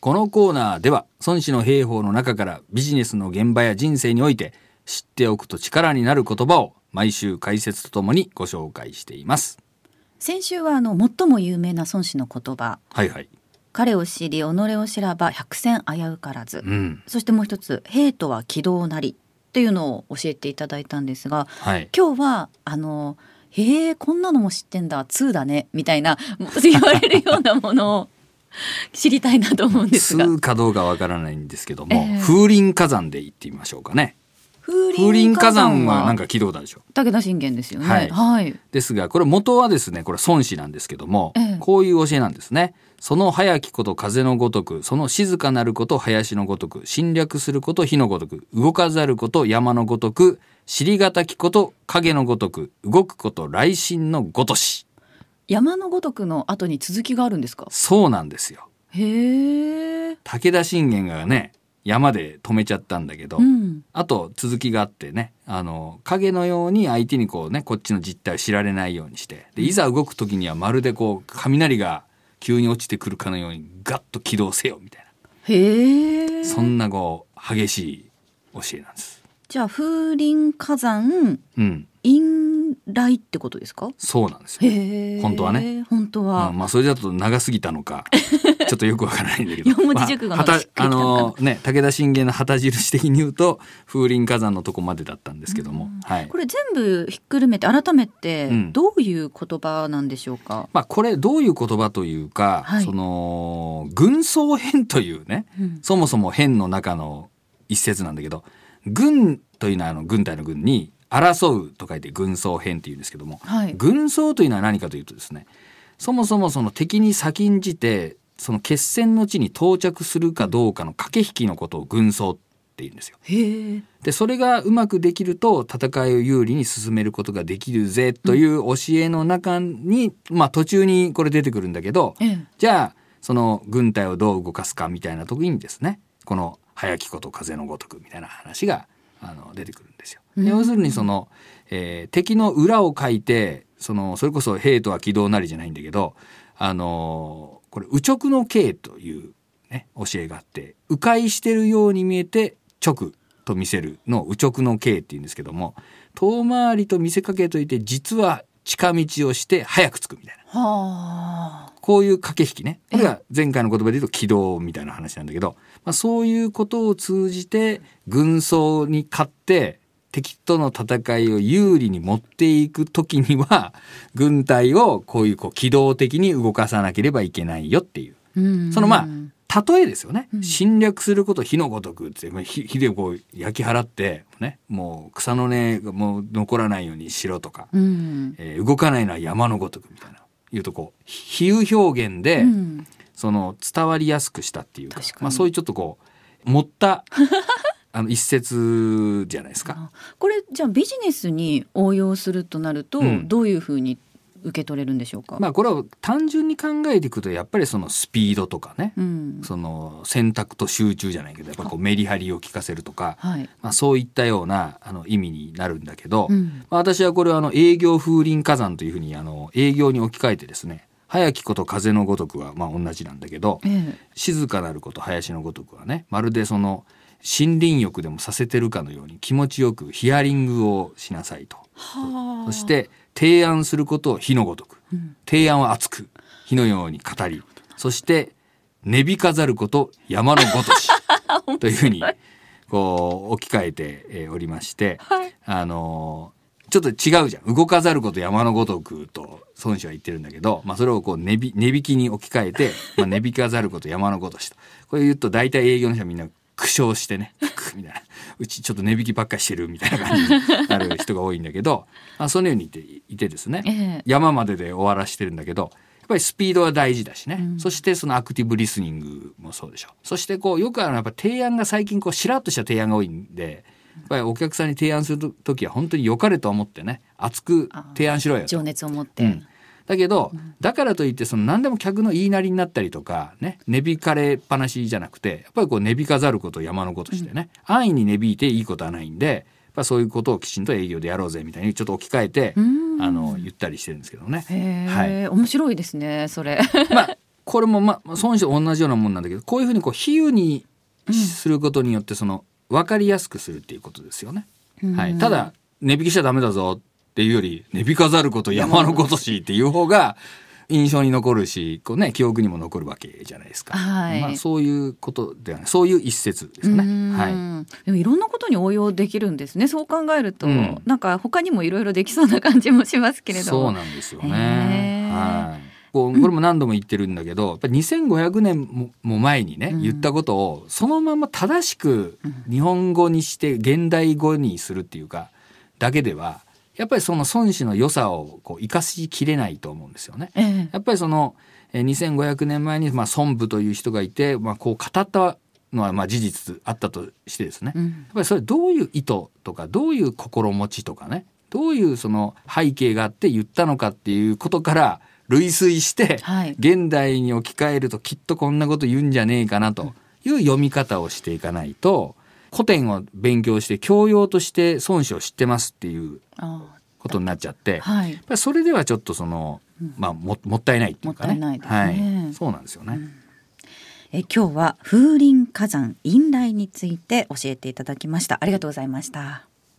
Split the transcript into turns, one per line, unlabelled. このコーナーでは孫子の兵法の中からビジネスの現場や人生において知っておくと力になる言葉を毎週解説とともにご紹介しています。
先週はあの最も有名な孫子の言葉
はいはい。
「彼を知り己を知らば百戦危うからず」
うん。
そしてもう一つ「兵とは軌道なり」というのを教えていただいたんですが
はい。
今日はあの「へえこんなのも知ってんだ2だね」みたいなもう言われるようなものを知りたいなと思うんですが
数かどうかわからないんですけども、
ええ
風林火山で行ってみましょうかね。
風
風林火山はなん
か
か聞いたことあるでしょ。
武田信玄ですよね。
はい
はい、
ですがこれ元はですねこれ孫子なんですけども、
ええ
こういう教えなんですねその早きこと風のごとくその静かなること林のごとく侵略すること火のごとく動かざること山のごとく知りがたきこと影のごとく動くこと雷神のごとし
山のごとくの後に続きがあるんですか。
そうなんですよ
へえ。
武田信玄がね山で止めちゃったんだけど、
うん。
あと続きがあってねあの影のように相手にこうねこっちの実態を知られないようにしてでいざ動く時にはまるでこう雷が急に落ちてくるかのようにガッと起動せよみたい
へえ。
なそんなこう激しい教えなんです。
じゃあ風林火山
うん、
陰来ってことですか。
そうなんですよ。
へえ。
本当はね。
本当は。
うんまあそれだと長すぎたの かちょっとよくわからないんだけど
四文字熟語の
まあは
しったく
あ
りきたの
のね武田信玄の旗印的に言うと風林火山のとこまでだったんですけども、
うん
はい
これ全部ひっくるめて改めて
うん
どういう言葉なんでしょうか。
まあ、これどういう言葉というか、
はい
その軍曹編というね
うん
そもそも編の中の一節なんだけど軍というのはあの軍隊の軍に争うと書いて軍曹編っていうんですけども
はい。
軍曹というのは何かというとですねそもそもその敵に先んじてその決戦の地に到着するかどうかの駆け引きのことを軍曹っていうんですよ。
へえ。
でそれがうまくできると戦いを有利に進めることができるぜという教えの中に、まあ途中にこれ出てくるんだけど
ええ。
じゃあその軍隊をどう動かすかみたいな時にですねこの「早きこと風のごとく」みたいな話があの出てくるんですよ。
うん
で要するにその、えー敵の裏を書いてそのそれこそ「兵とは軌道なり」じゃないんだけどあのーこれ「右直の刑」という、ね、教えがあって迂回してるように見えて直と見せるのを右直の刑っていうんですけども遠回りと見せかけといて実は近道をして早く着くみたいな。
はあ。
こういう駆け引きね。これが前回の言葉で言うと軌道みたいな話なんだけど、まあ、そういうことを通じて軍曹に勝って敵との戦いを有利に持っていく時には 軍隊をこういうこう機動的に動かさなければいけないよっていう。
うん
そのまあ例えですよね
う。ん
侵略すること火のごとくって、まあ火火でこう焼き払って、ね、もう草の根がもう残らないようにしろとか、
うん。
えー動かないのは山のごとくみたいな。いうとこう比喩表現で、
うん
その伝わりやすくしたっていうか
確かに
まあ、そういうちょっとこう持った あの一節じゃないですか。
あこれじゃあビジネスに応用するとなると、
うん
どういうふうに受け取れるんでしょうか。
まあ、これを単純に考えていくとやっぱりそのスピードとかね、
うん。
その選択と集中じゃないけどやっぱこうメリハリを効かせるとか、
はい。
まあ、そういったようなあの意味になるんだけど、
うん。
まあ、私はこれをあの営業風林火山というふうにあの営業に置き換えてですね早きこと風のごとくはまあ同じなんだけど、
ええ。
静かなること林のごとくはねまるでその森林浴でもさせてるかのように気持ちよくヒアリングをしなさいと
はあ。
そし。て提案することを火のごとく
うん。
提案は熱く火のように語りそして根火飾ること山のごと しというふうにこう置き換えてえーおりまして
はい。
あのーちょっと違うじゃん動かざること山のごとくと孫子は言ってるんだけど、まあ、それをこう値引値引きに置き換えて、まあ、値引かざること山のごとしとこれ言うと大体営業の人はみんな苦笑してねみたいなうちちょっと値引きばっかしてるみたいな感じになる人が多いんだけど、まあ、そのように言っていてですね、
ええ。
山までで終わらしてるんだけどやっぱりスピードは大事だしね、
うん
そしてそのアクティブリスニングもそうでしょそしてこうよくあのやっぱ提案が最近こうしらっとした提案が多いんでやっぱりお客さんに提案する時は本当に良かれと思ってね熱く提案しろよと
情熱を持って。
うんだけど、だからといってその何でも客の言いなりになったりとかね値引かれっぱなしじゃなくてやっぱりこう値引かざることを山のことしてね、安易に値引いていいことはないんでやっぱそういうことをきちんと営業でやろうぜみたいにちょっと置き換えて、
うん
あの言ったりしてるんですけどね。
へえ、
はい
面白いですね。それ。
まあこれもまあ孫子と同じようなもんなんだけどこういうふうにこう比喩にすることによってその分かりやすくするっていうことですよね。は
う
い、
ん
ただ値引きしちゃダメだぞっていうより値引かざること山のことしっていう方が印象に残るしこう、ね、記憶にも残るわけじゃないですか、
はい
まあ、そういうことではないそういう一節ですよね。はい、
い、でもいろんなことに応用できるんですねそう考えると、
うん
なんか他にもいろいろできそうな感じもしますけれど
そう
も
なんですよ
へ
ね。
ー
はい。こうこれも何度も言ってるんだけど、やっぱり2500年もも前にね、
うん
言ったことをそのまま正しく
うん
日本語にして現代語にするっていうかだけではやっぱりその孫子の良さをこう生かしきれないと思うんですよね。
ええ
やっぱりそのえー2500年前に、まあ、孫武という人がいて、まあ、こう語ったのはまあ事実あったとしてですね、
うん
やっぱりそれどういう意図とかどういう心持ちとかねどういうその背景があって言ったのかっていうことから類推して
はい
現代に置き換えるときっとこんなこと言うんじゃねえかなという読み方をしていかないと古典を勉強して教養として孫子を知ってますっていう
あ
ことになっちゃって
あはい
やっぱりそれではちょっとその、
うん
まあ、ももったいないっていうかね
もったいないですね
はい、そうなんですよね。
え今日は風林火山陰来について教えていただきましたありがとうございました